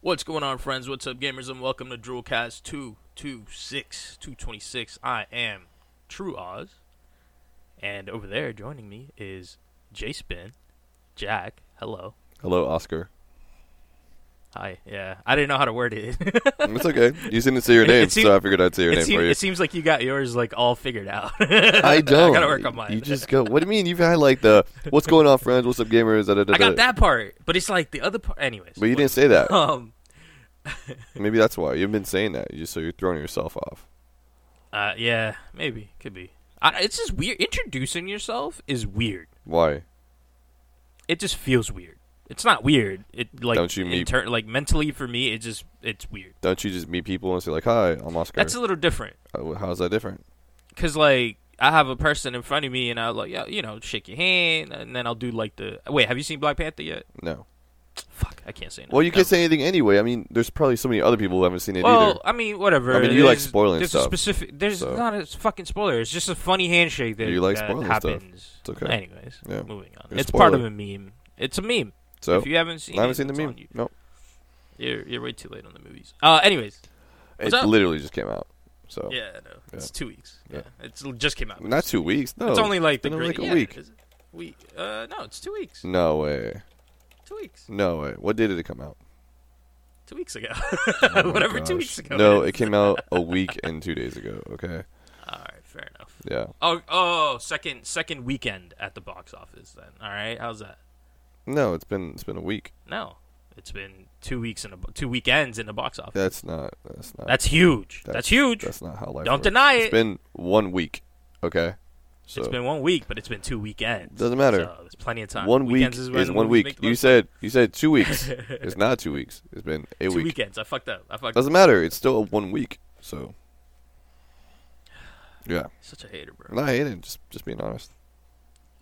What's going on, friends? What's up, gamers? And welcome to Droolcast 226, 226. I am True Oz. And over there joining me is J Spin, Jack. Hello. Hello, Oscar. Hi. Yeah. I didn't know how to word it. It's okay. You didn't say your It- it name, seem- so I figured I'd say your it, name seem- for you. it seems like you got yours like all figured out. I don't. I gotta work on mine. You just go. What do you mean? You've had like the what's going on, friends? What's up, gamers? Da, da, da, I got da. that part, but it's like the other part. Anyways. But you didn't say that. Um. Maybe that's why you've been saying that. You just so you're throwing yourself off. Uh. Yeah. Maybe. Could be. I, it's just weird. Introducing yourself is weird. Why? it just feels weird. It's not weird. It like Don't you meet- inter- like mentally for me, it just it's weird. Don't you just meet people and say like, "Hi, I'm Oscar." That's a little different How- How's that different? because like I have a person in front of me and I like yeah, you know shake your hand and then I'll do like the wait. Have you seen Black Panther yet? No. Fuck, I can't say. Well, you can can't say anything anyway. I mean, there's probably so many other people who haven't seen it Well, either. I mean, whatever. I mean, you like There's- spoiling there's A stuff, specific. There's so. not a fucking spoiler. It's just a funny handshake that, You like that spoiling stuff. happens. It's okay. Anyways, Yeah. moving on. You're a it's part of spoiler. a meme. It's a meme. So if you haven't seen, I haven't it, seen the it's on meme. you. No, You're you're way too late on the movies. Uh, anyways. it What's up? literally just came out. So Yeah, no, it's two weeks. Yeah, Yeah. it's l- just came out. not two weeks. No, it's only like been the like great, a yeah, week. Mm. is it? We uh no, it's two weeks. No way. Two weeks. No way. What day did it come out? Two weeks ago. Oh my Whatever. Two gosh. weeks ago. No, is. it came out a week and two days ago. Okay. All right, fair enough. Yeah. Oh, oh, second second weekend at the box office. Then all right, how's that? No, it's been it's been a week. No, it's been two weeks in a two weekends in the box office. That's not that's not that's huge. That's, huge. That's not how life. Don't works. deny it. It's been one week. Okay. So it's been one week, but it's been two weekends. Doesn't matter. So there's plenty of time. one week Weekends is, when one movies week. make the You most- said you said two weeks. it's not two weeks. It's been a two week. weekends. I fucked up. I fucked. up. Doesn't matter. It's still one week. So. Yeah, Such a hater, bro. and I hate it. Just just being honest.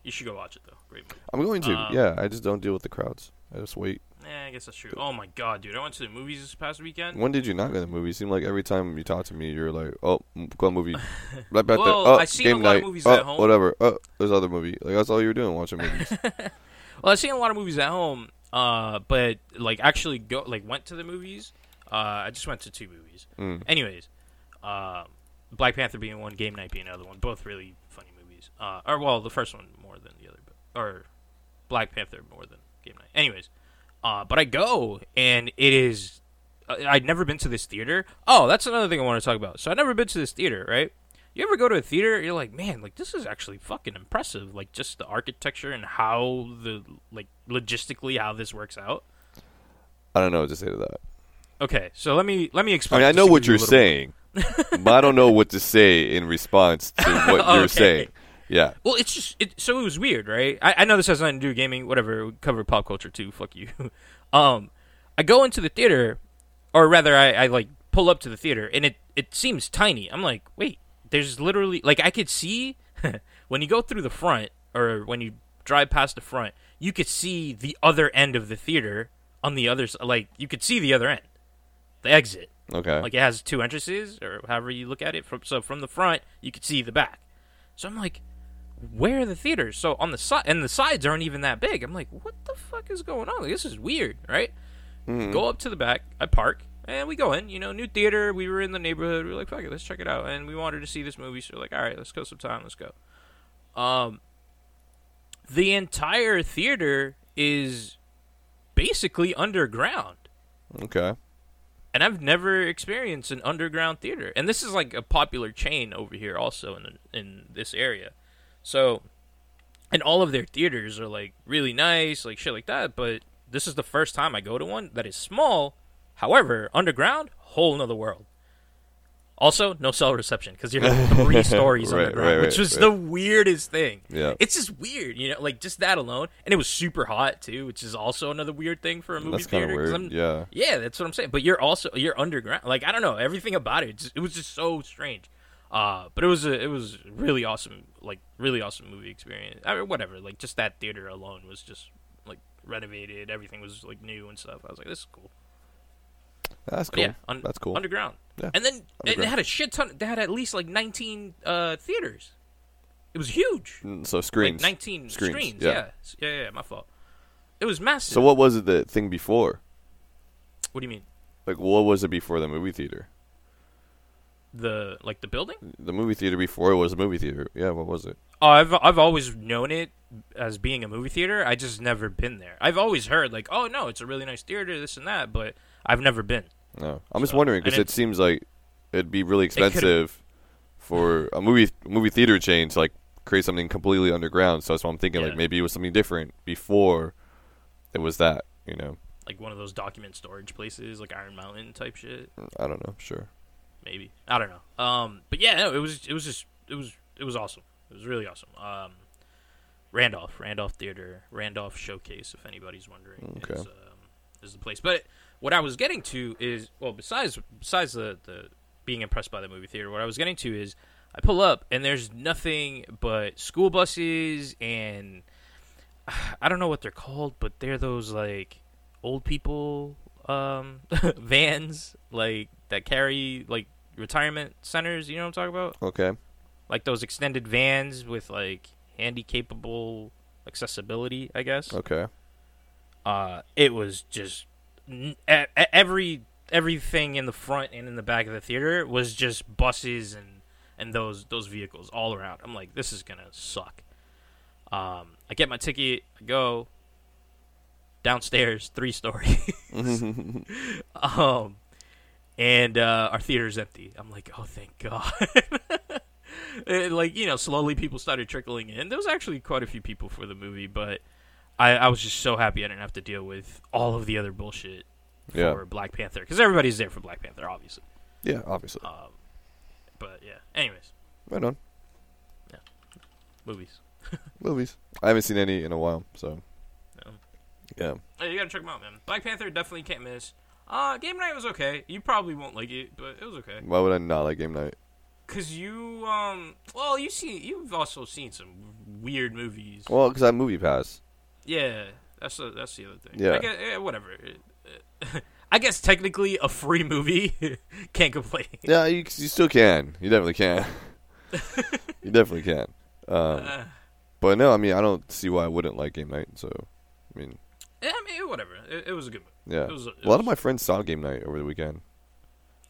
You should go watch it though. Great movie. I'm going to. Um, yeah, I just don't deal with the crowds. I just wait. Yeah, I guess that's true. Oh my god, dude! I went to the movies this past weekend. When did you not go to the movie? It seemed like every time you talk to me, you're like, "Oh, m- club movie." Blah, blah, blah. Well, oh, I seen a game lot of night. movies oh, at home. Whatever. Oh, there's other movie. Like that's all you were doing, watching movies. Well, I've seen a lot of movies at home, uh, but like actually go like went to the movies. Uh, I just went to two movies. Mm. Anyways, um, Black Panther being one, Game Night being another one. Both really funny movies. Uh, or well, the first one more than the other, but, or Black Panther more than Game Night. Anyways, uh, but I go and it is. I- I'd never been to this theater. Oh, that's another thing I want to talk about. So I've never been to this theater, right? You ever go to a theater? You're like, man, like this is actually fucking impressive. Like just the architecture and how the like logistically how this works out. I don't know what to say to that. Okay, so let me let me I explain. mean, I this know to what you a you're little bit. saying, but I don't know what to say in response to what Okay. you're saying. Yeah. Well, it's just it, so it was weird, right? I, I know this has nothing to do with gaming, whatever. We cover pop culture too. Fuck you. um, I go into the theater, or rather, I, I like pull up to the theater, and it it seems tiny. I'm like, wait, there's literally like I could see when you go through the front, or when you drive past the front, you could see the other end of the theater on the other s- like you could see the other end, the exit. Okay. Like it has two entrances, or however you look at it. From so from the front, you could see the back. So I'm like, where are the theaters? So on the side, and the sides aren't even that big. I'm like, what the fuck is going on? Like, this is weird, right? Go up to the back. I park, and we go in. You know, new theater. We were in the neighborhood. We were like, fuck it, let's check it out. And we wanted to see this movie, so we're like, all right, let's go sometime. Let's go. Um, the entire theater is basically underground okay. and I've never experienced an underground theater. And this is like a popular chain over here, also in in this area. So, and all of their theaters are like really nice, like shit like that. But this is the first time I go to one that is small. However, underground, whole nother world. Also, no cell reception because you're like three stories Right, underground, right, right, which was right. the weirdest thing. Yeah. it's just weird, you know, like just that alone. And it was super hot too, which is also another weird thing for a movie That's kind theater. of 'cause weird. I'm- Yeah. yeah, that's what I'm saying. But you're also you're underground. Like I don't know everything about it. Just, it was just so strange. Uh, but it was a, it was really awesome. Like really awesome movie experience. I mean, whatever. Like just that theater alone was just like renovated. Everything was like new and stuff. I was like, this is cool. That's But cool. yeah, un- That's cool. Underground. Yeah, And then and they underground. had a shit ton. They had at least like 19 uh, theaters. It was huge. Mm, so screens. Like 19 Screens, screens. yeah. Yeah. yeah. Yeah. yeah, My fault. It was massive. so what was it the thing before? What do you mean? Like, what was it before the movie theater? The like the building? The movie theater before it was a movie theater. Yeah, what was it? Oh, I've I've always known it as being a movie theater. I just never been there. I've always heard like, oh no, it's a really nice theater, this and that, but I've never been. No, I'm just So- wondering and because it it- seems like it'd be really could've- expensive for a movie movie theater chain to like create something completely underground. So that's what I'm thinking. Yeah. Like maybe it was something different before it was that. You know, Like one of those document storage places, like Iron Mountain type shit. I don't know. Sure. Maybe I don't know. Um, but yeah, no, it was it was just it was it was awesome. It was really awesome. Um, Randolph, Randolph Theater, Randolph Showcase. If anybody's wondering, Okay. is, um, is the place. But what I was getting to is well, besides besides the the being impressed by the movie theater, what I was getting to is I pull up and there's nothing but school buses and I don't know what they're called, but they're those like old people um, vans like that carry like retirement centers. You know what I'm talking about? Okay. Like those extended vans with like handy capable accessibility, I guess Okay. uh, it was just n- e- e- every everything in the front and in the back of the theater was just buses and and those those vehicles all around. I'm like, this is gonna suck. Um, I get my ticket, I go downstairs, three story, um, and uh, our theater's empty. I'm like, oh, thank God. And, like you know, slowly people started trickling in. There was actually quite a few people for the movie, but I, I was just so happy I didn't have to deal with all of the other bullshit for Yeah. Black Panther because everybody's there for Black Panther, obviously. Yeah. Obviously. Um, but yeah, anyways, Right on. movies. Movies. I haven't seen any in a while, so. No. Yeah. Hey, you gotta check them out, man. Black Panther definitely can't miss. Uh, Game Night was okay. You probably won't like it, but it was okay. Why would I not like game night? Cause you, um, well, you see, you've also seen some weird movies. Well, because I have movie pass. Yeah, that's the that's the other thing. Yeah. I guess, eh, whatever. I guess technically a free movie can't complain. Yeah, you, you still can. You definitely can. you definitely can. Um, Uh, But no, I mean, I don't see why I wouldn't like Game Night. So, I mean, yeah, I mean, whatever. It, it was a good movie. yeah, It was a, it a lot was- of my friends saw Game Night over the weekend.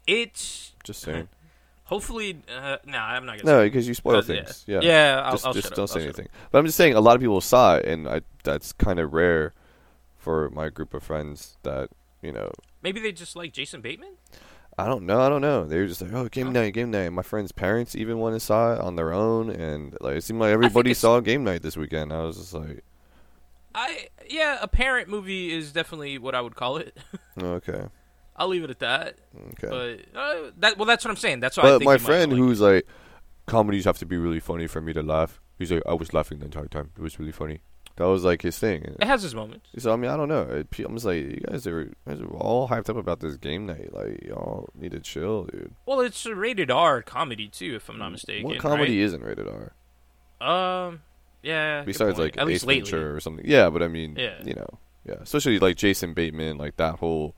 It's Just saying. hopefully. Uh, no, I'm not gonna. no, because you spoil say it. things. Yeah, yeah. yeah I'll, Just, I'll just shut don't up, say I'll shut up. anything. But I'm just saying, a lot of people saw it, and I that's kind of rare for my group of friends. That you know, Maybe they just like Jason Bateman. I don't know, I don't know. They were just like, oh, Game Huh. Night, Game Night. My friends' parents even went and saw it on their own, and like it seemed like everybody it's- saw Game Night this weekend. I was just like, I yeah, a parent movie is definitely what I would call it. okay, I'll leave it at that. okay. But uh, that well, that's what I'm saying. That's why. I But think my you might friend like it. who's like, comedies have to be really funny for me to laugh. He's like, I was laughing the entire time. It was really funny. That was like his thing. it has his moments. So I mean, I don't know. It, I'm just like, you guys are, you guys are all hyped up about this game night. Like, y'all need to chill, dude. Well, it's a rated R comedy too, if I'm not mistaken. what comedy isn't rated R? right? Um, yeah. good Besides point. like at Ace least lately. Ventura or something. Yeah, but I mean, Yeah. you know, yeah. Especially like Jason Bateman, like that whole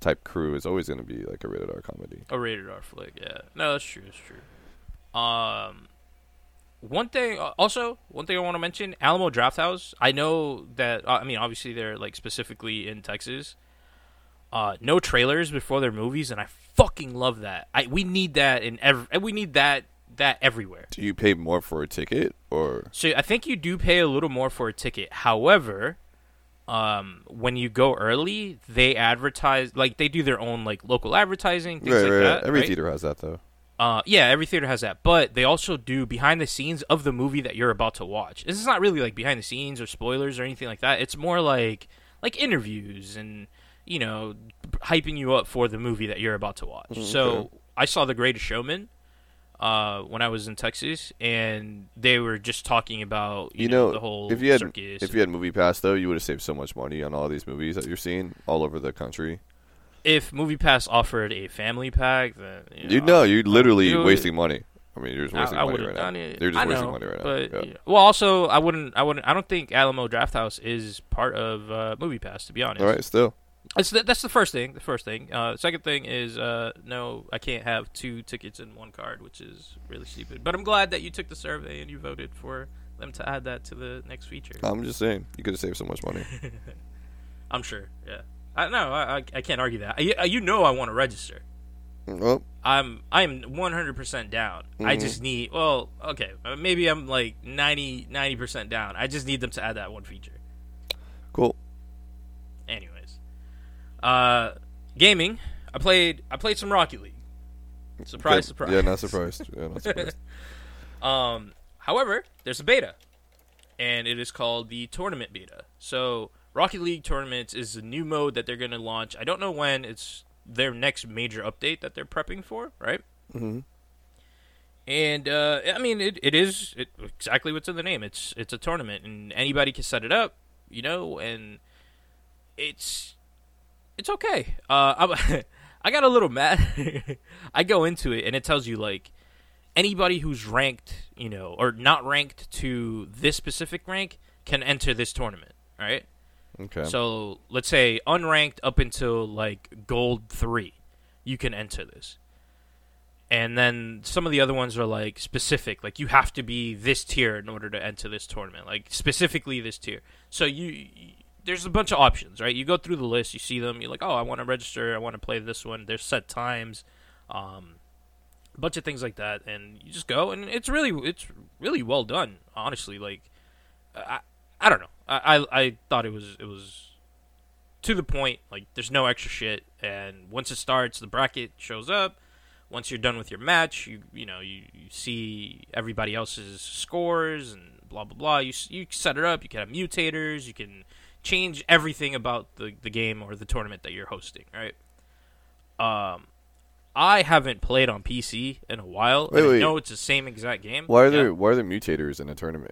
type crew is always going to be like a rated R comedy. A rated R flick, yeah. No, that's true. That's true. Um, one thing, uh, also, one thing I want to mention: Alamo Draft House. I know that. Uh, I mean, obviously, they're like specifically in Texas. Uh, no trailers before their movies, and I fucking love that. I we need that in every. We need that that everywhere. Do you pay more for a ticket or? So I think you do pay a little more for a ticket. However, um, when you go early, they advertise like they do their own like local advertising things Right, like right, that. right. Every right? theater has that though. Uh, yeah, every theater has that, but they also do behind the scenes of the movie that you're about to watch. This is not really like behind the scenes or spoilers or anything like that. It's more like like interviews and you know hyping you up for the movie that you're about to watch. Mm-hmm. So I saw The Greatest Showman uh, when I was in Texas, and they were just talking about you, you know, the whole if you had circus. if you had movie pass though you would have saved so much money on all these movies that you're seeing all over the country if Movie Pass offered a family pack, then you dude no I- you're literally dude. wasting money i mean you're just wasting I, I would money have right done now it. you're just I wasting know, money right but, now Yeah. yeah. Well, also, I wouldn't. I wouldn't. I don't think Alamo Drafthouse is part of uh, Movie Pass. To be honest, all right still That's the, that's the first thing. The first thing. Uh, second thing is uh, no, I can't have two tickets in one card, which is really stupid. But I'm glad that you took the survey and you voted for them to Uh. add that to the next feature. i'm just saying you could have saved so much money I'm sure. Yeah. I no, I, I- I can't argue that. I, you know, I want to register. Well, I'm I'm 100% down. I just need well, okay, uh, maybe I'm like 90 90% down. I just need them to add that one feature. cool. Anyways, uh, gaming. I played I played some Rocket League. Surprise, Yeah, surprise. Yeah, not surprised. Yeah, not surprised. Um, however, there's a beta, and it is called the tournament beta. So Rocket League tournaments is a new mode that they're going to launch. I don't know when. It's their next major update that they're prepping for, right? hmm And uh, I mean, it, it is it, exactly what's in the name. It's it's a tournament, and anybody can set it up, you know. And it's it's okay. Uh, I'm, I got a little mad. I go into it, and it tells you like anybody who's ranked, you know, or not ranked to this specific rank can enter this tournament, right? Okay. So let's say unranked up until like gold three, you can enter this. And then some of the other ones are like specific, like you have to be this tier in order to enter this tournament, like specifically this tier. So you, y- there's a bunch of options, right? You go through the list, you see them, you're like, oh, I want to register, I want to play this one. There's set times, um, a bunch of things like that, and you just go, and it's really, it's really well done, honestly. Like, I, I don't know. I, I I thought it was it was to the point. Like there's no extra shit, and once it starts, the bracket shows up. Once you're done with your match, you you know you, you see everybody else's scores and blah blah blah. You s- you set it up. You can have mutators. You can change everything about the the game or the tournament that you're hosting. Right. Um. I haven't played on PC in a while. Wait, and I wait. know it's the same exact game. why are Yeah. there why are there mutators in a tournament?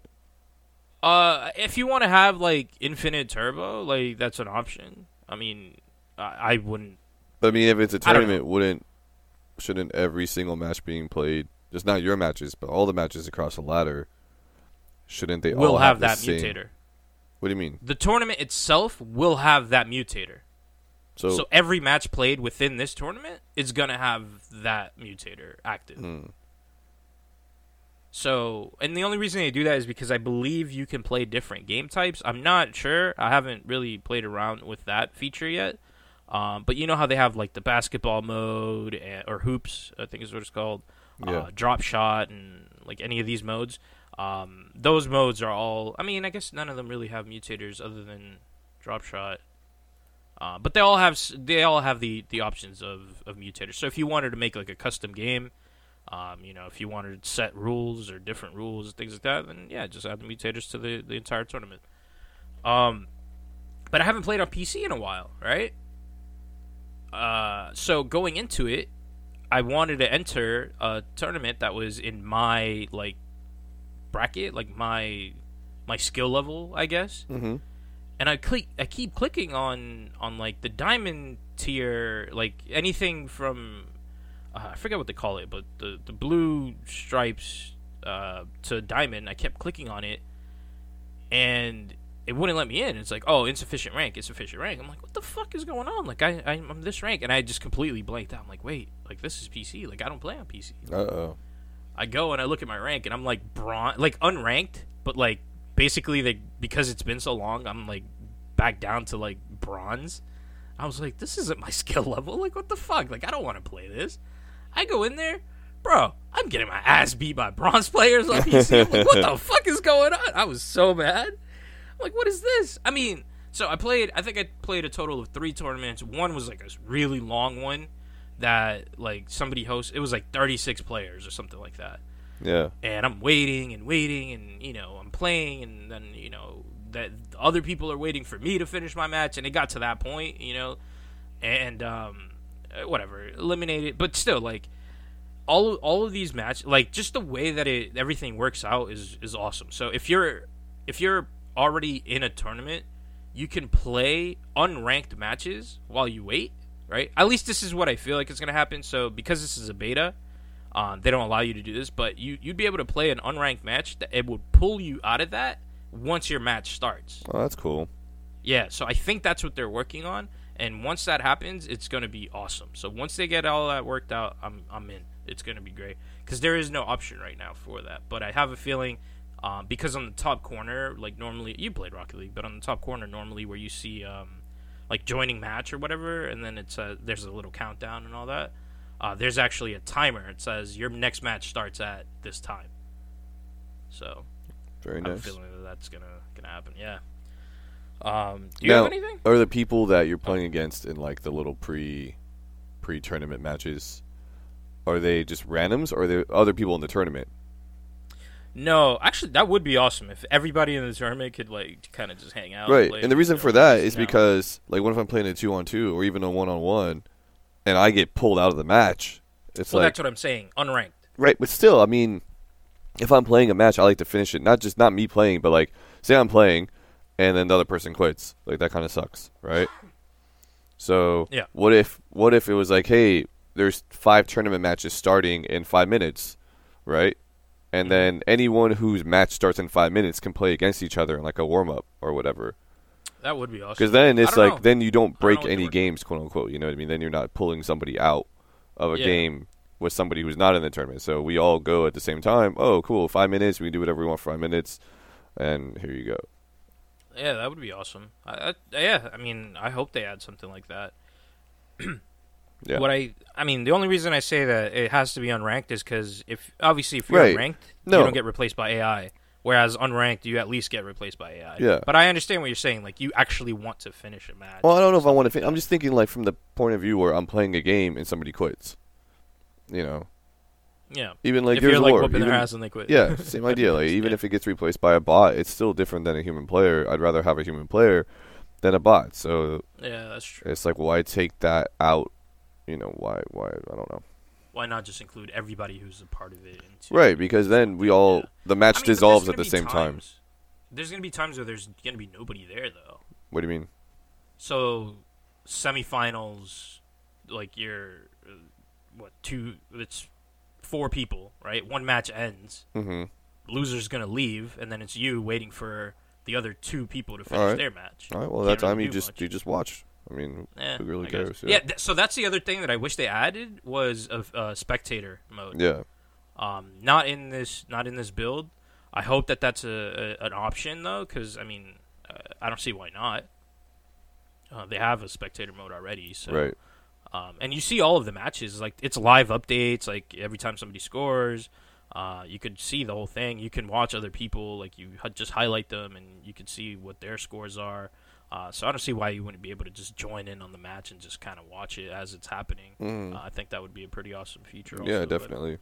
Uh, if you want to have like infinite turbo, like that's an option. I mean, I, I wouldn't. But I mean, if it's a I don't know. tournament, wouldn't shouldn't every single match being played, just not your matches, but all the matches across the ladder, shouldn't they all will have have, that the same? mutator. What do you mean? The tournament itself will have that mutator. So, So every match played within this tournament is gonna have that mutator active. Hmm. So, and the only reason they do that is because I believe you can play different game types. I'm not sure. I haven't really played around with that feature yet. Um, but you know how they have like the basketball mode and, or hoops, I think is what it's called, Yeah. uh, drop shot, and like any of these modes. Um, those modes are all. I mean, I guess none of them really have mutators other than drop shot. Uh, but they all have s- they all have the, the options of, of mutators. So if you wanted to make like a custom game, um, you know, if you wanted to set rules or different rules, things like that, then yeah, just add the mutators to the, the entire tournament. Um, but I haven't played on PC in a while, right? Uh, so going into it, I wanted to enter a tournament that was in my like bracket, like my my skill level, I guess hmm and I click I keep clicking on on like the diamond tier like anything from uh, I forget what they call it but the the blue stripes uh, to diamond I kept clicking on it and it wouldn't let me in it's like oh insufficient rank insufficient rank I'm like what the fuck is going on like I I'm I'm this rank and I just completely blanked out I'm like wait like this is PC like I don't play on PC uh oh, I go and I look at my rank and I'm like bron like unranked, but like basically they because it's been so long, I'm like back down to like bronze. I was like, this isn't my skill level. Like what the fuck? Like I don't want to play this. I go in there, bro. I'm getting my ass beat by bronze players on PC. I'm like, what the fuck is going on? I was so mad. I'm like, what is this? I mean, so I played. I think I played a total of three tournaments. One was like a really long one that like somebody hosts. It was like 36 players or something like that yeah. and I'm waiting and waiting and you know I'm playing and then you know that other people are waiting for me to finish my match and it got to that point you know and um uh, whatever eliminated but still like all all of these match like just the way that it everything works out is is awesome so if you're if you're already in a tournament you can play unranked matches while you wait right at least this is what I feel like is gonna happen so because this is a beta um, they don't allow you to do this, but you you'd be able to play an unranked match that it would pull you out of that once your match starts. Oh, that's cool. Yeah, so I think that's what they're working on, and once that happens, it's going to be awesome. So once they get all that worked out, I'm I'm in. It's going to be great because there is no option right now for that. But I have a feeling. Um, because on the top corner, like normally, you played Rocket League, but on the top corner, normally where you see um, like joining match or whatever, and then it says there's a little countdown and all that. Uh, there's actually a timer. It says your next match starts at this time. So I Very have a nice. feeling that that's gonna gonna happen. Yeah. Um, do you Now, have anything? are the people that you're playing against in like the little pre pre tournament matches? Are they just randoms, or are there other people in the tournament? No, actually, that would be awesome if everybody in the tournament could like kind of just hang out. right, play and the reason together, for that just is hang out. because like, what if I'm playing a two on two or even a one on one, and I get pulled out of the match? It's well, like that's what I'm saying. Unranked. right, but still, I mean, if I'm playing a match, I like to finish it. Not just not me playing, but like say I'm playing, and then the other person quits. Like that kind of sucks, right? So Yeah. what if what if it was like, hey, there's five tournament matches starting in five minutes, right? And then anyone whose match starts in five minutes can play against each other in like a warm up or whatever. That would be awesome. Because then I it's don't like know. then you don't break what they any were- games, quote unquote. You know what I mean? Then you're not pulling somebody out of a Yeah. game with somebody who's not in the tournament. So we all go at the same time. Oh, cool! Five minutes. We can do whatever we want. for Five minutes, and here you go. Yeah, that would be awesome. I, I, yeah, I mean, I hope they add something like that. Yeah. What I, I mean, the only reason I say that it has to be unranked is because if obviously if you're Right. ranked, No. you don't get replaced by AI. Whereas unranked, you at least get replaced by AI. Yeah. But I understand what you're saying. Like you actually want to finish a match. Well, I don't know if I want to. Fin- I'm just thinking like from the point of view where I'm playing a game and somebody quits. You know, yeah. even like if Gears you're of like War, whooping their even- ass and they quit. Yeah, same idea. Like even Yeah. if it gets replaced by a bot, it's still different than a human player. I'd rather have a human player than a bot. So Yeah, that's true. it's like, why take that out? You know, why? Why? I don't know. Why not just include everybody who's a part of it? Into Right, because then we all Yeah. the I match mean, but there's dissolves gonna at the be same time. times- There's gonna be times where there's gonna be nobody there though. What do you mean? So, semifinals, like you're, uh, what two? It's four people, right? One match ends, hmm loser's gonna leave, and then it's you waiting for the other two people to finish Alright. their match. All right. Well, Can't that time really you do just much. you just watch. I mean, Eh, who really I guess. cares? Yeah. th- so that's the other thing that I wish they added was a uh, spectator mode. Yeah. Um, not in this, not in this build. I hope that that's a, a an option though, because I mean, uh, I don't see why not. Uh, they have a spectator mode already, so Right. um, and you see all of the matches. Like it's live updates. Like every time somebody scores, uh, you could see the whole thing. You can watch other people. Like you hi- just highlight them, and you can see what their scores are. Uh, so I don't see why you wouldn't be able to just join in on the match and just kind of watch it as it's happening. Mm. Uh, I think that would be a pretty awesome feature. Also, yeah, but- definitely.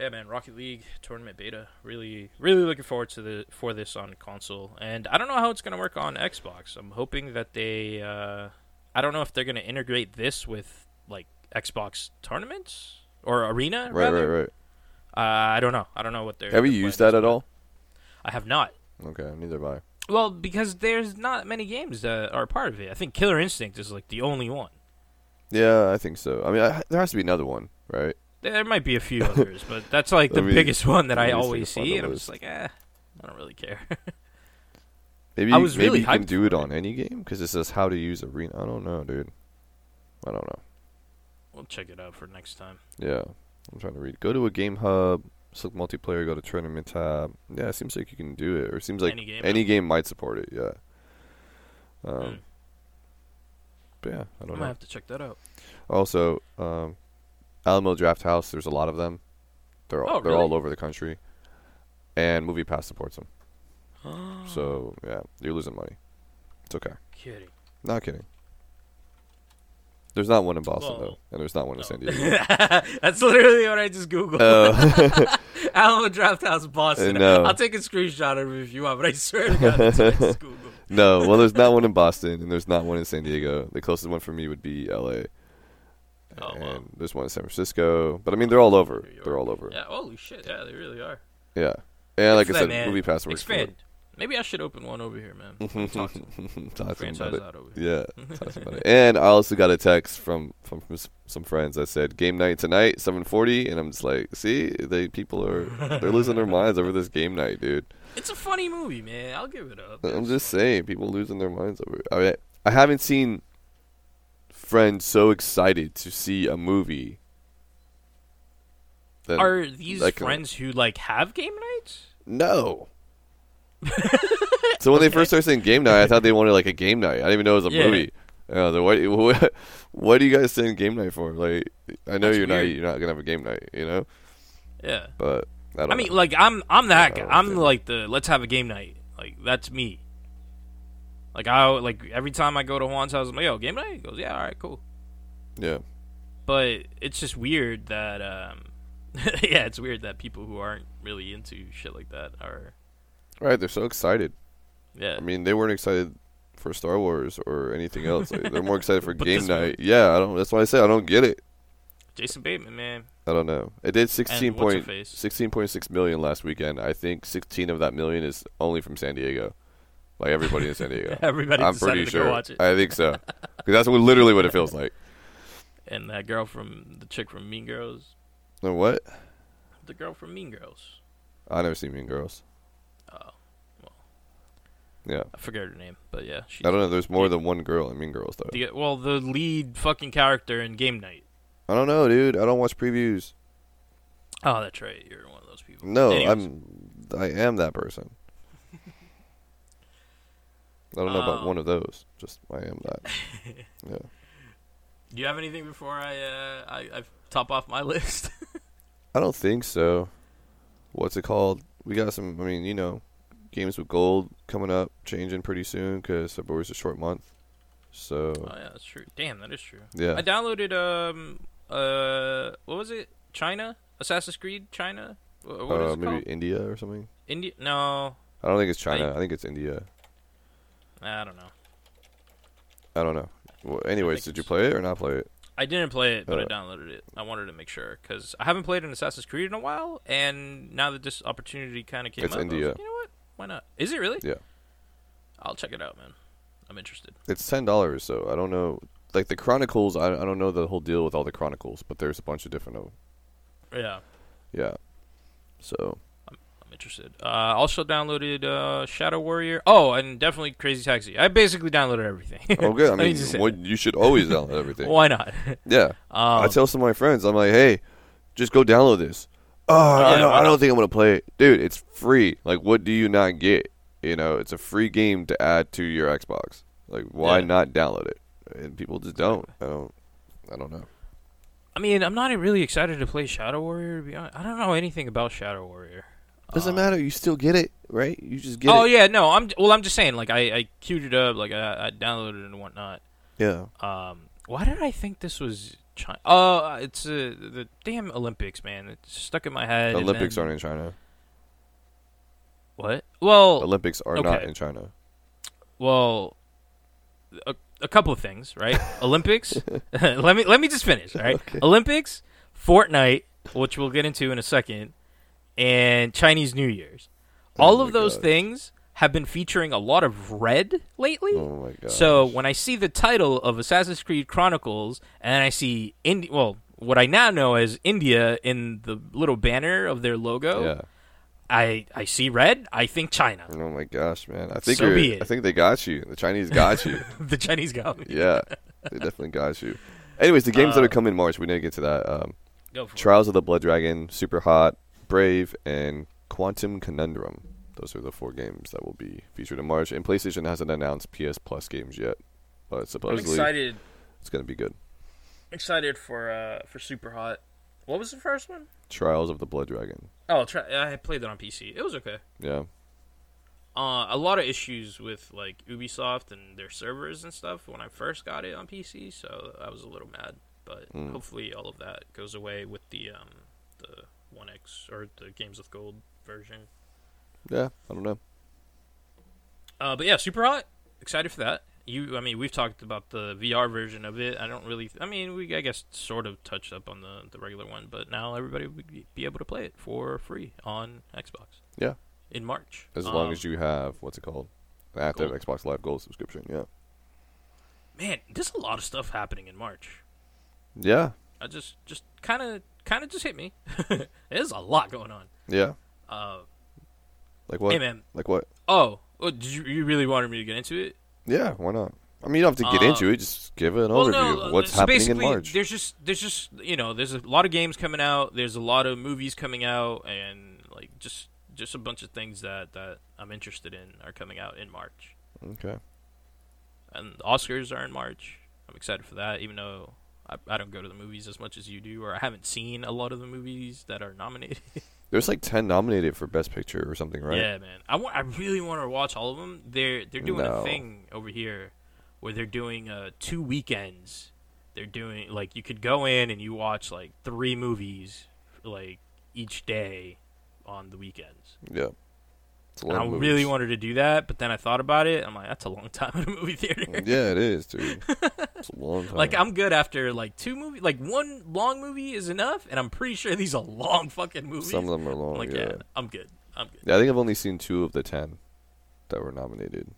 yeah, man, Rocket League tournament beta. Really, really looking forward to the for this on console, and I don't know how it's gonna work on Xbox. I'm hoping that they. Uh, I don't know if they're gonna integrate this with like Xbox tournaments or arena. Right, rather. right, right. Uh, I don't know. I don't know what they're. Have you their used plan is, that at but all? I have not. Okay, neither have I. Well, because there's not many games that are part of it. I think Killer Instinct is like the only one. Yeah, I think so. I mean, I, there has to be another one, right? There might be a few others, but that's like the Let me- biggest one that let I me just take always a find see, a and I'm list. just like, eh, I don't really care. Maybe I was maybe really you can hyped do it for on any game because it says how to use arena. I don't know, dude. I don't know. we'll check it out for next time. Yeah, I'm trying to read. Go to a game hub, select multiplayer, go to tournament tab. Yeah, it seems like you can do it, or it seems like Any any game game, might support it. Yeah. Um, Hmm. But yeah, I I'm don't gonna know. have to check that out. Also, um, Alamo Draft House. There's a lot of them. They're all, Oh, they're really? all over the country, and Movie Pass supports them. So Hmm. yeah, you're losing money. It's okay. kidding. Not kidding. There's not one in Boston Well, though, and there's not one in San Diego. That's literally what I just googled. Oh. Alamo Draft House, Boston. Uh, no. I'll take a screenshot of it if you want, but I swear to God, that's what I just googled. no, well, there's not one in Boston, and there's not one in San Diego. The closest one for me would be L.A. Oh, and wow. there's one in San Francisco. But I mean, they're all over. New York. They're all over. Yeah, Yeah, holy shit. Yeah, they really are. and like I Good for said, them, man. movie pass works for Expand. Maybe I should open one over here, man. Talk to them. it. Talk to them about Franchise it. out over here. Yeah, talk to them about it. And I also got a text from from from s- some friends that said game night tonight, 7:40, and I'm just like, see, they people are they're losing their minds over this game night, dude. It's a funny movie, man. I'll give it up. I'm It's just fun. saying, people losing their minds over. It. I mean, I haven't seen friends so excited to see a movie. That Are these like, uh, friends who like have game nights? no, so when they first started saying game night, I thought they wanted like a game night. I didn't even know it was a Yeah. movie. And I was like, what, what, what are you guys saying game night for? Like, I know That's you're not weird. you're not gonna have a game night, you know. Yeah. But I don't. I mean, know. like I'm I'm that guy. don't I'm think- like the let's have a game night. Like that's me. Like I like every time I go to Juan's house, I'm like, yo, game night. He goes, yeah, all right, cool. yeah, But it's just weird that, um, yeah, it's weird that people who aren't really into shit like that are, right. They're so excited. yeah. I mean, they weren't excited for Star Wars or anything else. Like, they're more excited for But game this movie- night. Yeah, I don't. That's why I say I don't get it. Jason Bateman, man, I don't know. It did 16 what's her point, face? 16.6 million last weekend. I think 16 of that million is only from San Diego. Like everybody in San Diego. everybody I'm decided pretty to sure. go watch it. I think so. Cuz that's what literally what it feels like. and that girl from the chick from Mean Girls, No what? the girl from Mean Girls, I never seen Mean Girls. Oh, well. Yeah. I forget her name, but yeah, she. I don't know. There's more than one girl in Mean Girls though. The, well, the lead fucking character in Game Night. I don't know, dude. I don't watch previews. Oh, that's right. You're one of those people. No, Anyways, I'm I am that person. I don't know about Um, one of those. Just I am that. yeah. Do you have anything before I uh I, I top off my list? Oh. I don't think so. What's it called? We got some. I mean, you know, games with gold coming up, changing pretty soon because February's a short month. So oh yeah, that's true. Damn, that is true. yeah, I downloaded um uh what was it? China Assassin's Creed China. Wh- What is uh, it maybe called? India or something. India? No, I don't think it's China. I think it's India. I don't know. I don't know. Well, anyways, think did you it's- play it or not play it? I didn't play it, but I Uh. downloaded it. I wanted to make sure because I haven't played an Assassin's Creed in a while, and now that this opportunity kind of came It's up, I was India. like, you know what? Why not? Is it really? Yeah. I'll check it out, man. I'm interested. It's ten dollars, so I don't know. Like the Chronicles, I, I don't know the whole deal with all the Chronicles, but there's a bunch of different. Of, Yeah, yeah. So I'm interested. Uh, also downloaded uh, Shadow Warrior. Oh, and definitely Crazy Taxi. I basically downloaded everything. oh, good. I Let me mean, just say what, you should always download that. everything. why not? Yeah. I Um, tell some of my friends, I'm like, hey, just go download this. Oh, I, Yeah, don't, why I don't think I'm gonna play it, dude. It's free. Like, what do you not get? You know, it's a free game to add to your Xbox. Like, why Yeah. not download it? And people just don't. I don't. I don't know. I mean, I'm not really excited to play Shadow Warrior. To be honest, I don't know anything about Shadow Warrior. Doesn't Um, matter. You still get it, right? You just get oh it. yeah, no. I'm well. I'm just saying. Like I, I queued it up. Like I, I downloaded it and whatnot. Yeah. Um, why did I think this was China? Oh, it's uh, the damn Olympics, man. It's stuck in my head. and Olympics then- aren't in China. what? Well, Olympics are not okay. in China. Well, a, a couple of things, right? Olympics. let me let me just finish, all right? Olympics, Fortnite, which we'll get into in a second, and Chinese New Year's. Oh All my of those gosh. things have been featuring a lot of red lately. Oh my god. So when I see the title of Assassin's Creed Chronicles and I see India, well, what I now know as India in the little banner of their logo, Yeah. I I see red. I think China. Oh my gosh, man. I think So you're- be it. I think they got you. The Chinese got you. the Chinese got me. yeah, they definitely got you. Anyways, the games Uh, that are coming in March, we need to get to that. Um, Go for it. Trials of the Blood Dragon, Super Hot, Brave, and Quantum Conundrum. Those are the four games that will be featured in March. And PlayStation hasn't announced PS Plus games yet, but I'm supposedly excited. it's going to be good. excited for uh for Super Hot. What was the first one? Trials of the Blood Dragon. Oh, try- I played that on PC. It was okay. Yeah, Uh, a lot of issues with like Ubisoft and their servers and stuff when I first got it on PC, so I was a little mad. But Mm. hopefully, all of that goes away with the um the One X or the Games with Gold version. yeah. I don't know. Uh, but yeah, Super Hot. Excited for that. You, I mean, we've talked about the VR version of it. I don't really. I mean, we I guess sort of touched up on the the regular one, but now everybody would be- be able to play it for free on Xbox. Yeah. In March. As long Um, as you have what's it called, an active Gold. Xbox Live Gold subscription. Yeah, Um, Man, there's a lot of stuff happening in March. yeah, I just just kind of kind of just hit me. there's a lot going on. yeah. Uh, Like what? hey man. Like what? Oh, oh, did you, you really wanted me to get into it? Yeah. Why not? I mean, you don't have to get Uh, into it. Just give an Well, overview. no, uh, of what's so happening in basically, March? There's just there's just you know there's a lot of games coming out. There's a lot of movies coming out, and like just just a bunch of things that that I'm interested in are coming out in March, Okay. and the Oscars are in March. I'm excited for that, even though I, I don't go to the movies as much as you do, or I haven't seen a lot of the movies that are nominated. There's like ten nominated for best picture or something, right? Yeah, man. I, wa- I really want to watch all of them. They're they're doing No. a thing over here where they're doing uh, two weekends. They're doing like you could go in and you watch like three movies like each day on the weekends. Yeah. It's a And lot I of movies. really wanted to do that, but then I thought about it. I'm like, that's a long time in a movie theater. Yeah, it is, dude. it's a long time. Like I'm good after like two movie, like one long movie is enough, and I'm pretty sure these are long fucking movies. Some of them are long. I'm like, uh, yeah. yeah, I'm good. I'm good. Yeah, I think I've only seen two of the ten that were nominated.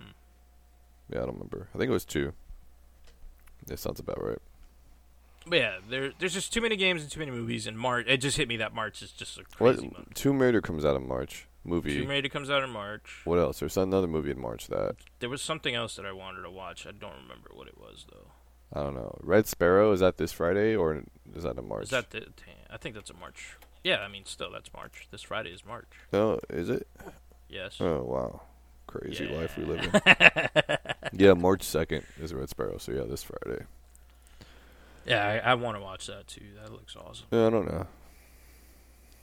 Hmm. Yeah, I don't remember. I think it was two. That sounds about right. But yeah, there, there's just too many games and too many movies. And March, it just hit me that March is just a What? crazy month. Tomb Raider comes out in March. Movie. Tomb Raider comes out in March. What else? There's another movie in March that There was something else that I wanted to watch. I don't remember what it was though. I don't know. Red Sparrow is that this Friday or is that in March? Is that the? ta- I think that's a March. Yeah, I mean, still that's March. This Friday is March. no? Is it? Yes. Oh wow, crazy Yeah. life we live in. yeah, March second is Red Sparrow. So yeah, this Friday. Yeah, I, I want to watch that too. That looks awesome. Yeah, I don't know.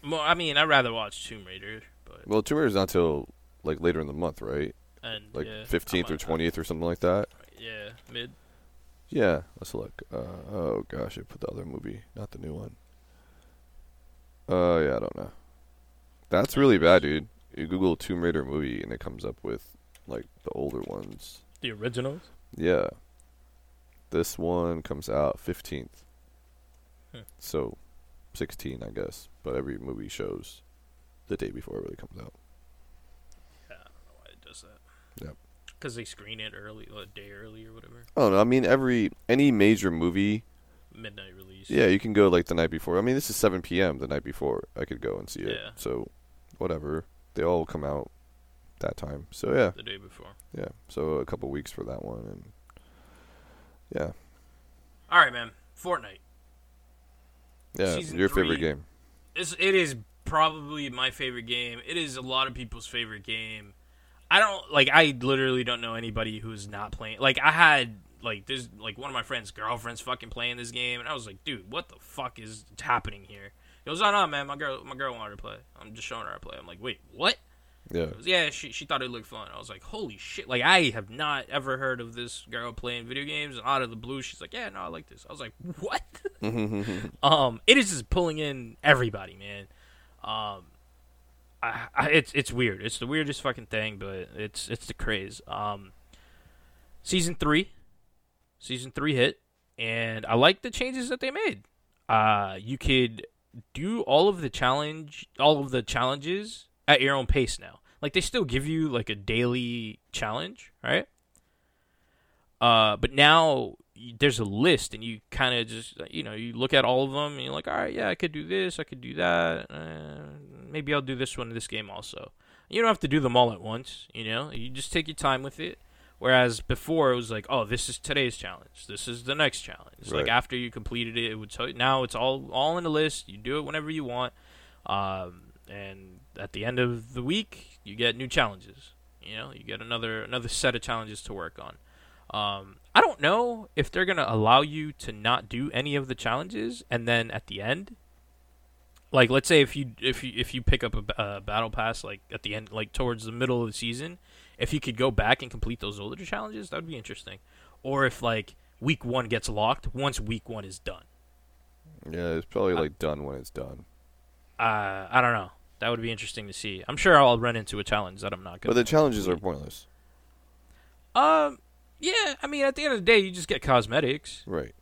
Well, I mean, I'd rather watch Tomb Raider, but Well, Tomb Raider's not till like later in the month, right? and Like yeah, I fifteenth or might- twentieth or something like that. Yeah, mid. Yeah, let's look. Uh, oh gosh, I put the other movie, not the new one. Uh, yeah, I don't know. That's really bad, dude. You Google Tomb Raider movie and it comes up with like the older ones. The originals. Yeah, this one comes out fifteenth, Hmm. so sixteen, I guess. But every movie shows the day before it really comes out. Yeah, I don't know Oh, why it does that. Yep. Because they screen it early, a day early or whatever. Oh no, I mean every any major movie. Midnight release. Yeah, you can go like the night before. I mean, this is 7 p.m. the night before. I could go and see it. Yeah. So, whatever. They all come out that time. So yeah, The day before. yeah. So a couple weeks for that one, and yeah, All right, man. Fortnite. yeah. Season your three. favorite game? It's, it is probably my favorite game. It is a lot of people's favorite game. I don't like. I literally don't know anybody who's not playing. Like I had like there's like one of my friends' girlfriends fucking playing this game, and I was like, dude, what the fuck is happening here? It was not on, man. My girl, my girl wanted to play. I'm just showing her I play. I'm like, wait, what? Yeah, It was- yeah, she she thought it looked fun. I was like, holy shit! Like I have not ever heard of this girl playing video games, and out of the blue, she's like, yeah, no, I like this. I was like, what? Mm-hmm. um, it is just pulling in everybody, man. Um, I, I it's it's weird. It's the weirdest fucking thing, but it's it's the craze. Um, season three, season three hit, and I like the changes that they made. Uh, you could do all of the challenge, all of the challenges at your own pace now. Like they still give you like a daily challenge, right? Uh, but now y- there's a list, and you kind of just you know you look at all of them, and you're like, all right, yeah, I could do this, I could do that. Uh, maybe I'll do this one in this game also. You don't have to do them all at once, you know. You just take your time with it. Whereas before it was like, oh, this is today's challenge, this is the next challenge. Like Right. after you completed it, it would tell you. Now it's all all in a list. You do it whenever you want, um, and at the end of the week, you get new challenges. You know, you get another another set of challenges to work on. Um, I don't know if they're gonna allow you to not do any of the challenges, and then at the end, like let's say if you if you if you pick up a ba- uh, battle pass like at the end, like towards the middle of the season, if you could go back and complete those older challenges, that would be interesting. Or if like week one gets locked, once week one is done, yeah. It's probably like done when it's done. uh, I don't know. That would be interesting to see. I'm sure I'll run into a challenge that I'm not But gonna. the challenges are pointless, um, yeah, I mean at the end of the day, you just get cosmetics. right?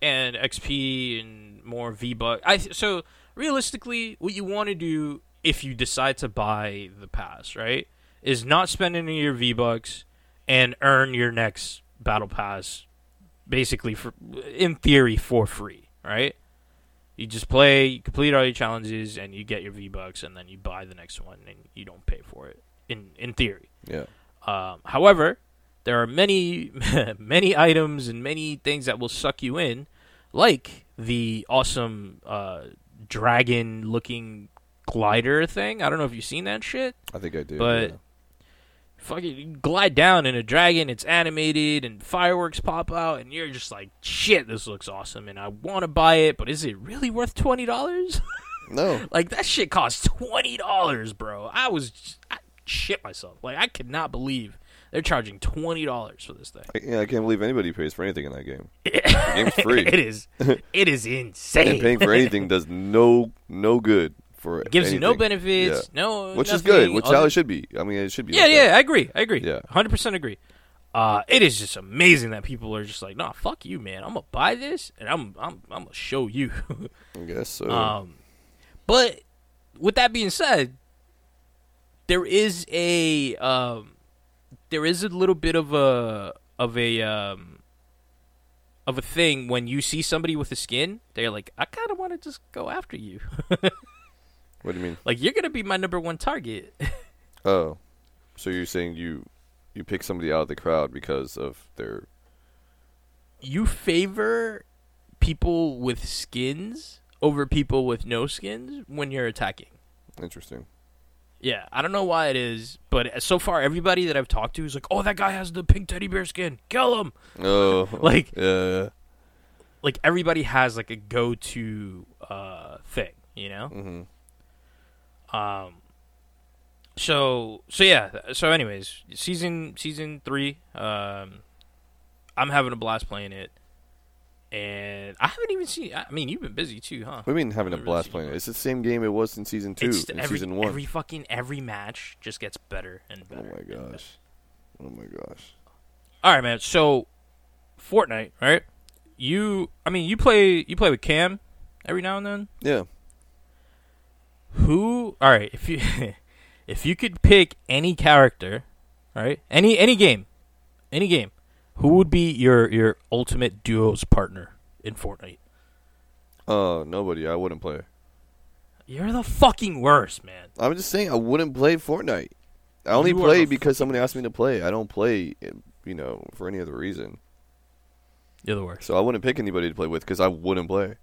and XP and more V bucks. I so realistically, what you want to do if you decide to buy the pass, right, is not spend any of your V bucks and earn your next battle pass, basically for in theory for free, right? You just play, you complete all your challenges, and you get your V bucks, and then you buy the next one, and you don't pay for it. In in theory, Yeah, um, however, there are many, many items and many things that will suck you in, like the awesome uh, dragon-looking glider thing. I don't know if you've seen that shit. I think I do. But- yeah. Fucking you glide down in a dragon. It's animated and fireworks pop out, and you're just like, shit, this looks awesome, and I want to buy it, but is it really worth twenty dollars? no, Like that shit cost twenty dollars, bro. I was j- I shit myself. Like I could not believe they're charging twenty dollars for this thing. I, yeah, I can't believe anybody pays for anything in that game. the game's free. it is, it is and insane. paying for anything does no no good for Gives you no anything. benefits, no, Yeah. which is nothing good, which other- how it should be. I mean, it should be. Yeah, like yeah, I agree, I agree, Yeah. hundred percent agree. Uh, it is just amazing that people are just like, nah, fuck you, man. I'm gonna buy this, and I'm I'm I'm gonna show you. that. I guess so. Um, but with that being said, there is a um, there is a little bit of a of a um, of a thing when you see somebody with a skin, they're like, I kind of want to just go after you. what do you mean? like you're gonna be my number one target. Oh, so you're saying you you pick somebody out of the crowd because of their you favor people with skins over people with no skins when you're attacking. interesting. Yeah, I don't know why it is, but so far everybody that I've talked to is like, "Oh, that guy has the pink teddy bear skin. Kill him!" Oh, Like- yeah, Like everybody has like a go-to uh, thing, you know. hmm Mm-hmm. Um, so so yeah. So anyways, season season three. Um, I'm having a blast playing it, and I haven't even seen. I mean, you've been busy too, huh? We mean having a Never blast seen playing it. one. It's the same game it was in season two, It's in every, season one. Every fucking every match just gets better and oh better. my and better. gosh, oh my gosh. All right, man. So Fortnite, right? You, I mean, you play you play with Cam every now and then. Yeah, Who? All right, if you if you could pick any character, right? Any any game, any game, who would be your your ultimate duos partner in Fortnite? oh nobody. I wouldn't play. You're the fucking worst, man. I'm just saying I wouldn't play Fortnite. I only You are play the because somebody asked me to play. I don't play, you know, for any other reason. You're the worst. So I wouldn't pick anybody to play with because I wouldn't play.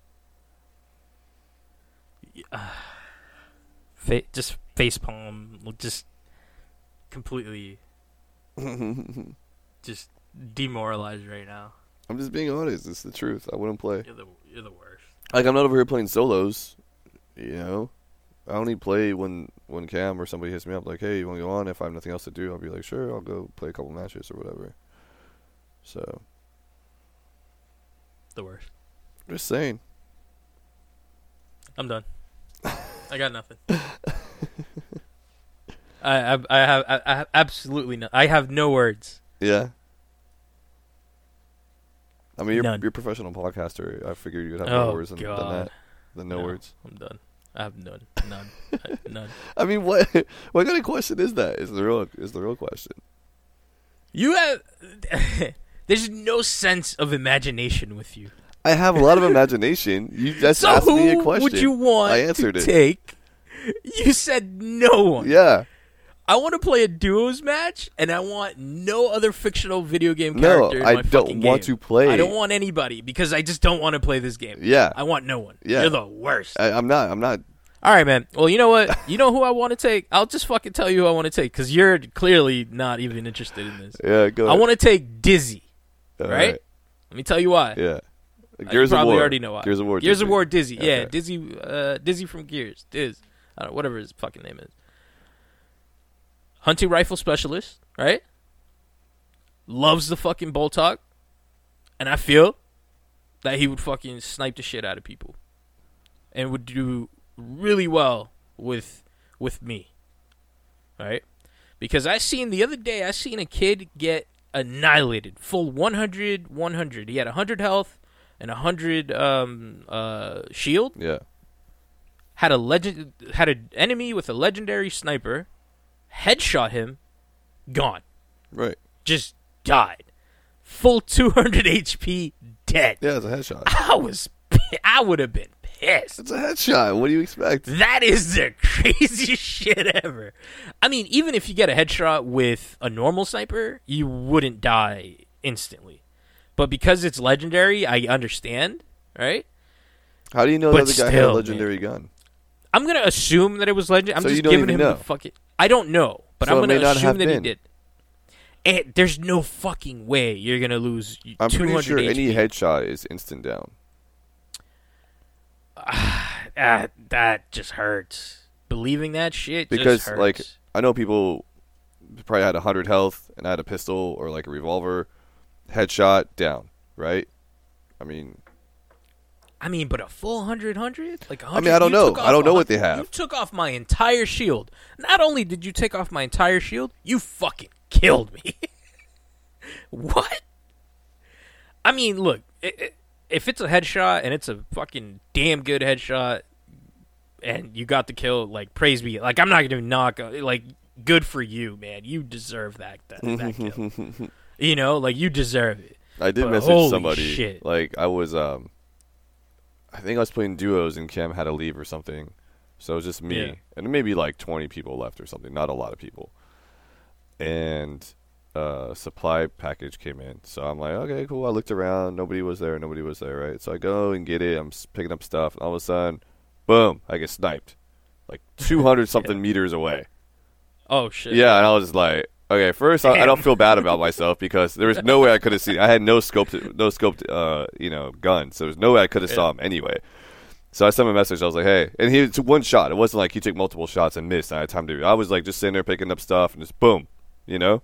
Fa- just facepalm, just completely I'm just demoralized right now. just being honest. It's the truth. I wouldn't play. You're the you're the worst. Like I'm not over here playing solos. You know, I only play when when Cam or somebody hits me up like, "Hey, you want to go on?" If I have nothing else to do, I'll be like, "Sure, I'll go play a couple matches or whatever." So The worst. just saying. I'm done. I got nothing. I, I I have I, I have absolutely no. I have no words. Yeah. I mean, you're None. you're a professional podcaster. I figured you'd have Oh, more words than, than God. that, than no, No. words. I'm done. I have none. None. I- none. I mean, what what kind of question is that? Is the real is the real question? You have. There's no sense of imagination with you. I have a lot of imagination. You just So asked who me a question. would you want I answered to it. take? You said no one. Yeah. I want to play a duos match, and I want no other fictional video game No, character. in I my don't fucking want game. to play. I don't want anybody because I just don't want to play this game. Yeah. I want no one. Yeah. Uh, You're the worst. I, I'm not. I'm not. All right, man. Well, you know what? You know who I want to take? I'll just fucking tell you who I want to take because you're clearly not even interested in this. Yeah. Go. I want to take Dizzy, All right? Let me tell you why. Yeah. Uh, Gears you of probably War. already know why. Gears of War. Gears of Disney. War Dizzy. Yeah, Okay. Dizzy uh, Dizzy from Gears. Diz. I don't whatever his fucking name is. Hunting rifle specialist, right? Loves the fucking bolt talk. And I feel that he would fucking snipe the shit out of people. And would do really well with with me. Right? Because I seen the other day I seen a kid get annihilated. Full 100 100. He had 100 health and 100 um uh shield Yeah. had a legend had an enemy with a legendary sniper, headshot him, gone, Right. just died, full 200 HP, dead. Yeah. It's a headshot. I was, pi- I would have been pissed. It's a headshot. What do you expect? That is the craziest shit ever. I mean, even if you get a headshot with a normal sniper, you wouldn't die instantly. But because it's legendary, I understand, right? How do you know But that the guy had still, a man. legendary gun? I'm gonna assume that it was legend. I'm So just you don't giving even him know. the fucking. I don't know, but So I'm it gonna may not assume have that he been. did. And there's no fucking way you're gonna lose. I'm 200 pretty sure HP. any headshot is instant down. Ah, that just hurts. Believing that shit just because hurts. like I know people probably had hundred health and I had a pistol or like a revolver, headshot down, right? I mean, I mean, but a full 100 100? Like 100, I mean, I don't you took know. I off don't know a- what they have. You took off my entire shield. Not only did you take off my entire shield, you fucking killed me. what? I mean, look, i i if it's a headshot and it's a fucking damn good headshot and you got the kill, like praise be. Like I'm not going to knock uh, like good for you, man. You deserve that that, that kill. You know, like you deserve it. I did But message holy somebody shit. like I was um, I think I was playing duos and Cam had to leave or something, so it was just me Yeah. and maybe like twenty people left or something, not a lot of people, and. Uh, supply package came in, so I'm like, okay, cool. I looked around, nobody was there, nobody was there, right? So I go and get it. I'm s- picking up stuff, and all of a sudden, boom! I get sniped, like 200 something meters away. Oh shit. Yeah, and I was like, okay, first I, I don't Damn. feel bad about myself because there was no way I could have seen. I had no scoped, no scoped, uh, you know, gun, so there's no way I could have saw him anyway. So I sent him a message. I was like, hey, and he it's one shot. It wasn't like he took multiple shots and missed. And I had time to. I was like just sitting there picking up stuff and just boom, you know.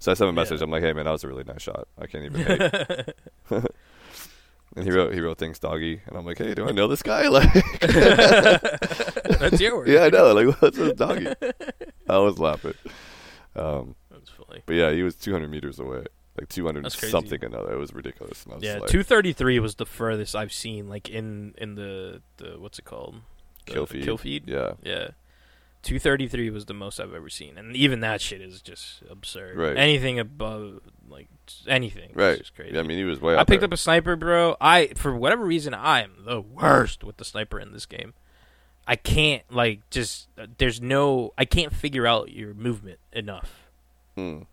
So I sent him a message. I'm like, hey man, that was a really nice shot. I can't even. Hate. and he wrote, he wrote things doggy, and I'm like, hey, do I know this guy? Like, That's your word. yeah, I know. Like, what's this doggy? I was laughing. Um, That's funny. but yeah, he was 200 meters away, like 200 That's crazy. something another. It was ridiculous. And I was Yeah, like, two thirty three was the furthest I've seen, like in in the the what's it called? The, Kill the feed. Kill feed. Yeah, Yeah, two thirty three was the most I've ever seen, and even that shit is just absurd. Right. Anything above like s- anything, is right. just crazy. Yeah, I mean, he was way. I out picked there. up a sniper, bro. I for whatever reason I am the worst with the sniper in this game. I can't like just uh, there's no I can't figure out your movement enough. Mm,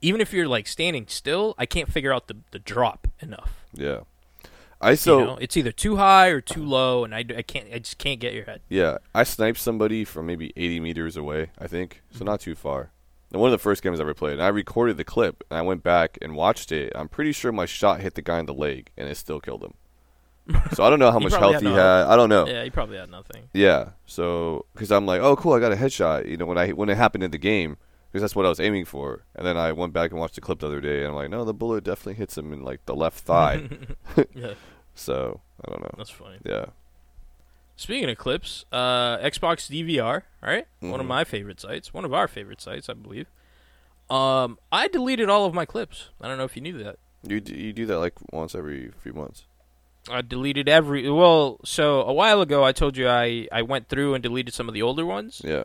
Even if you're like standing still, I can't figure out the the drop enough. yeah, I So so it's either too high or too low, and I, d- I can't I just can't get your head. yeah, I sniped somebody from maybe 80 meters away. I think Mm-hmm. so, not too far. And one of the first games I ever played, and I recorded the clip, and I went back and watched it. I'm pretty sure my shot hit the guy in the leg, and it still killed him. So I don't know how He much probably health he had no had. I don't know. Yeah, you probably had nothing. Yeah. So because I'm like, oh, cool, I got a headshot. You know, when I when it happened in the game, because that's what I was aiming for. And then I went back and watched the clip the other day, and I'm like, no, the bullet definitely hits him in like the left thigh. Yeah, so I don't know. that's funny. Yeah. Speaking of clips, uh, Xbox DVR, right? One of Mhm. my favorite sites, one of our favorite sites, I believe. Um, I deleted all of my clips. I don't know if you knew that. You d- you do that like once every few months. I deleted every well. So a while ago, I told you I I went through and deleted some of the older ones. Yeah.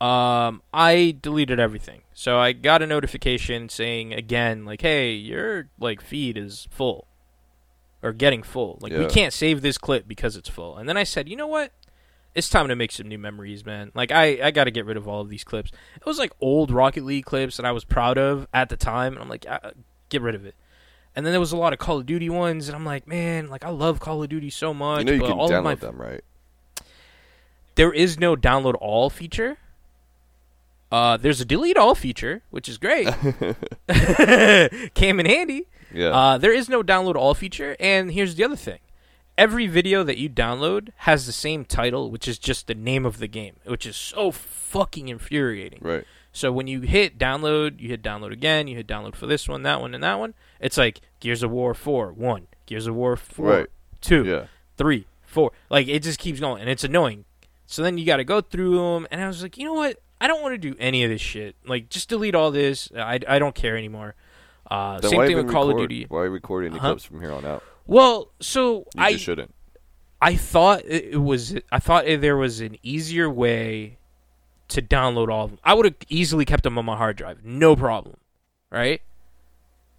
Um, I deleted everything. So I got a notification saying again, like, hey, your like feed is full, or getting full. Like we Yeah. can't save this clip because it's full. And then I said, you know what? It's time to make some new memories, man. Like I, I got to get rid of all of these clips. It was like old Rocket League clips that I was proud of at the time, and I'm like, "Ah, get rid of it. And then there was a lot of Call of Duty ones, and I'm like, man, like I love Call of Duty so much. You know you but can all of my download them, right? there is no download all feature. Uh, there's a delete all feature, which is great. Came in handy. Yeah. Uh, there is no download all feature, and here's the other thing: every video that you download has the same title, which is just the name of the game, which is so fucking infuriating. right. So when you hit download, you hit download again, you hit download for this one, that one, and that one. It's like Gears of War four one, Gears of War four Right. two, Yeah. three, four. Like it just keeps going, and it's annoying. So then you got to go through them, and I was like, you know what? I don't want to do any of this shit. Like, just delete all this. I, I don't care anymore. Uh, Then same why thing even with Call record? of Duty. Why record any Uh-huh. clips from here on out? Well, so You I just shouldn't. I thought it it was I thought it- there was an easier way to download all of them. I would have easily kept them on my hard drive, no problem, right?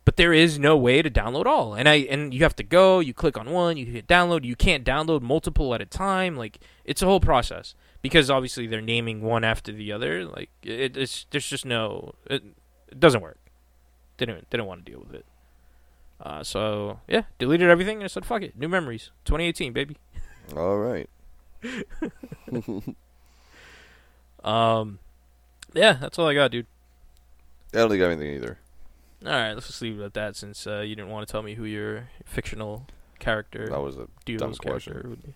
But there is no way to download all, and I and you have to go. You click on one, you hit download. You can't download multiple at a time. Like it's a whole process because obviously they're naming one after the other. Like it, it's there's just no it, it doesn't work. Didn't didn't want to deal with it. Uh, so yeah, deleted everything and I said fuck it. New memories, 2018 baby. All right. um, yeah, that's all I got, dude. I don't think I have anything either. All right, let's just leave it at that since uh, you didn't want to tell me who your fictional character, That was a dumb duo's question. character would be.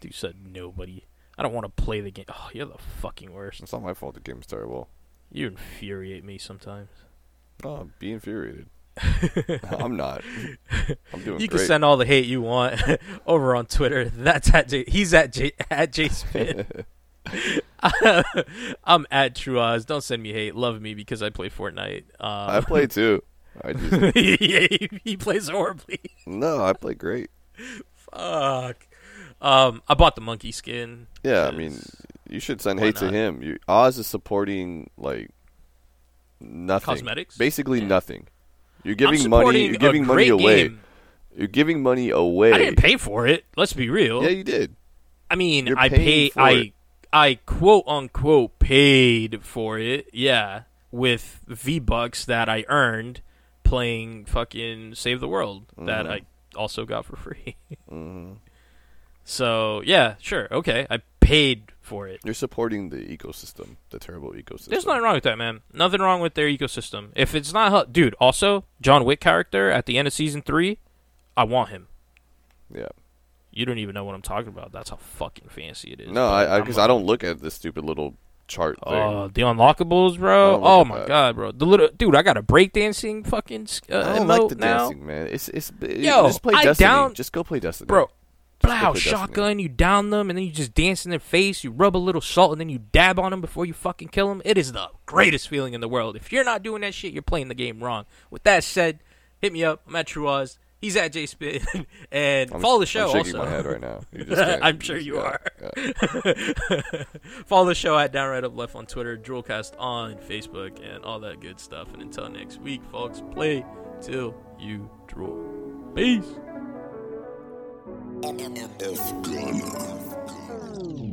Dude said nobody. I don't want to play the game. Oh, you're the fucking worst. It's not my fault the game's terrible. You infuriate me sometimes. Oh, be infuriated. I'm not. I'm doing You can great. send all the hate you want over on Twitter. That's at J- he's at J- at J Smith. I'm at Truaz. Don't send me hate. Love me because I play Fortnite. I Uh, play too. I just he, he plays horribly. no. I play great. Fuck. Um, I bought the monkey skin. Yeah, I 'cause- mean, you should send Why hate to not? him. You, Oz is supporting like nothing. Cosmetics? basically Yeah. nothing. You're I'm giving money. supporting You're a giving money great away. game. You're giving money away. I didn't pay for it. Let's be real. yeah, you did. I mean, You're I pay. paying for I it. I quote unquote paid for it. Yeah, with V bucks that I earned playing fucking Save the World that Mm-hmm. I also got for free. So yeah, sure, okay, I paid for it. You're supporting the ecosystem, the terrible ecosystem. There's nothing wrong with that, man. Nothing wrong with their ecosystem. If it's not, hel- dude. Also, John Wick character at the end of season three, I want him. Yeah. You don't even know what I'm talking about. That's how fucking fancy it is. No, but I I'm because a- I, don't look at this stupid little chart thing. Oh, the unlockables, I bro. don't look Oh at my that. god, bro. The little dude, I got a breakdancing fucking uh, I emote don't like the now. dancing, man. It's it's Yo, just play I Destiny. down- Just go play Destiny, Bro, blow play Destiny. shotgun, you down them and then you just dance in their face, you rub a little salt and then you dab on them before you fucking kill them. It is the greatest feeling in the world. If you're not doing that shit, you're playing the game wrong. With that said, hit me up. I'm at Truaz. He's at J Spin and I'm, follow the show I'm shaking also. my head right now. You just can't- I'm sure just- you yeah, are. yeah. Follow the show at Downright Up Left on Twitter, Droolcast on Facebook, and all that good stuff. And until next week, folks, play till you drool. Peace. MF Gunner.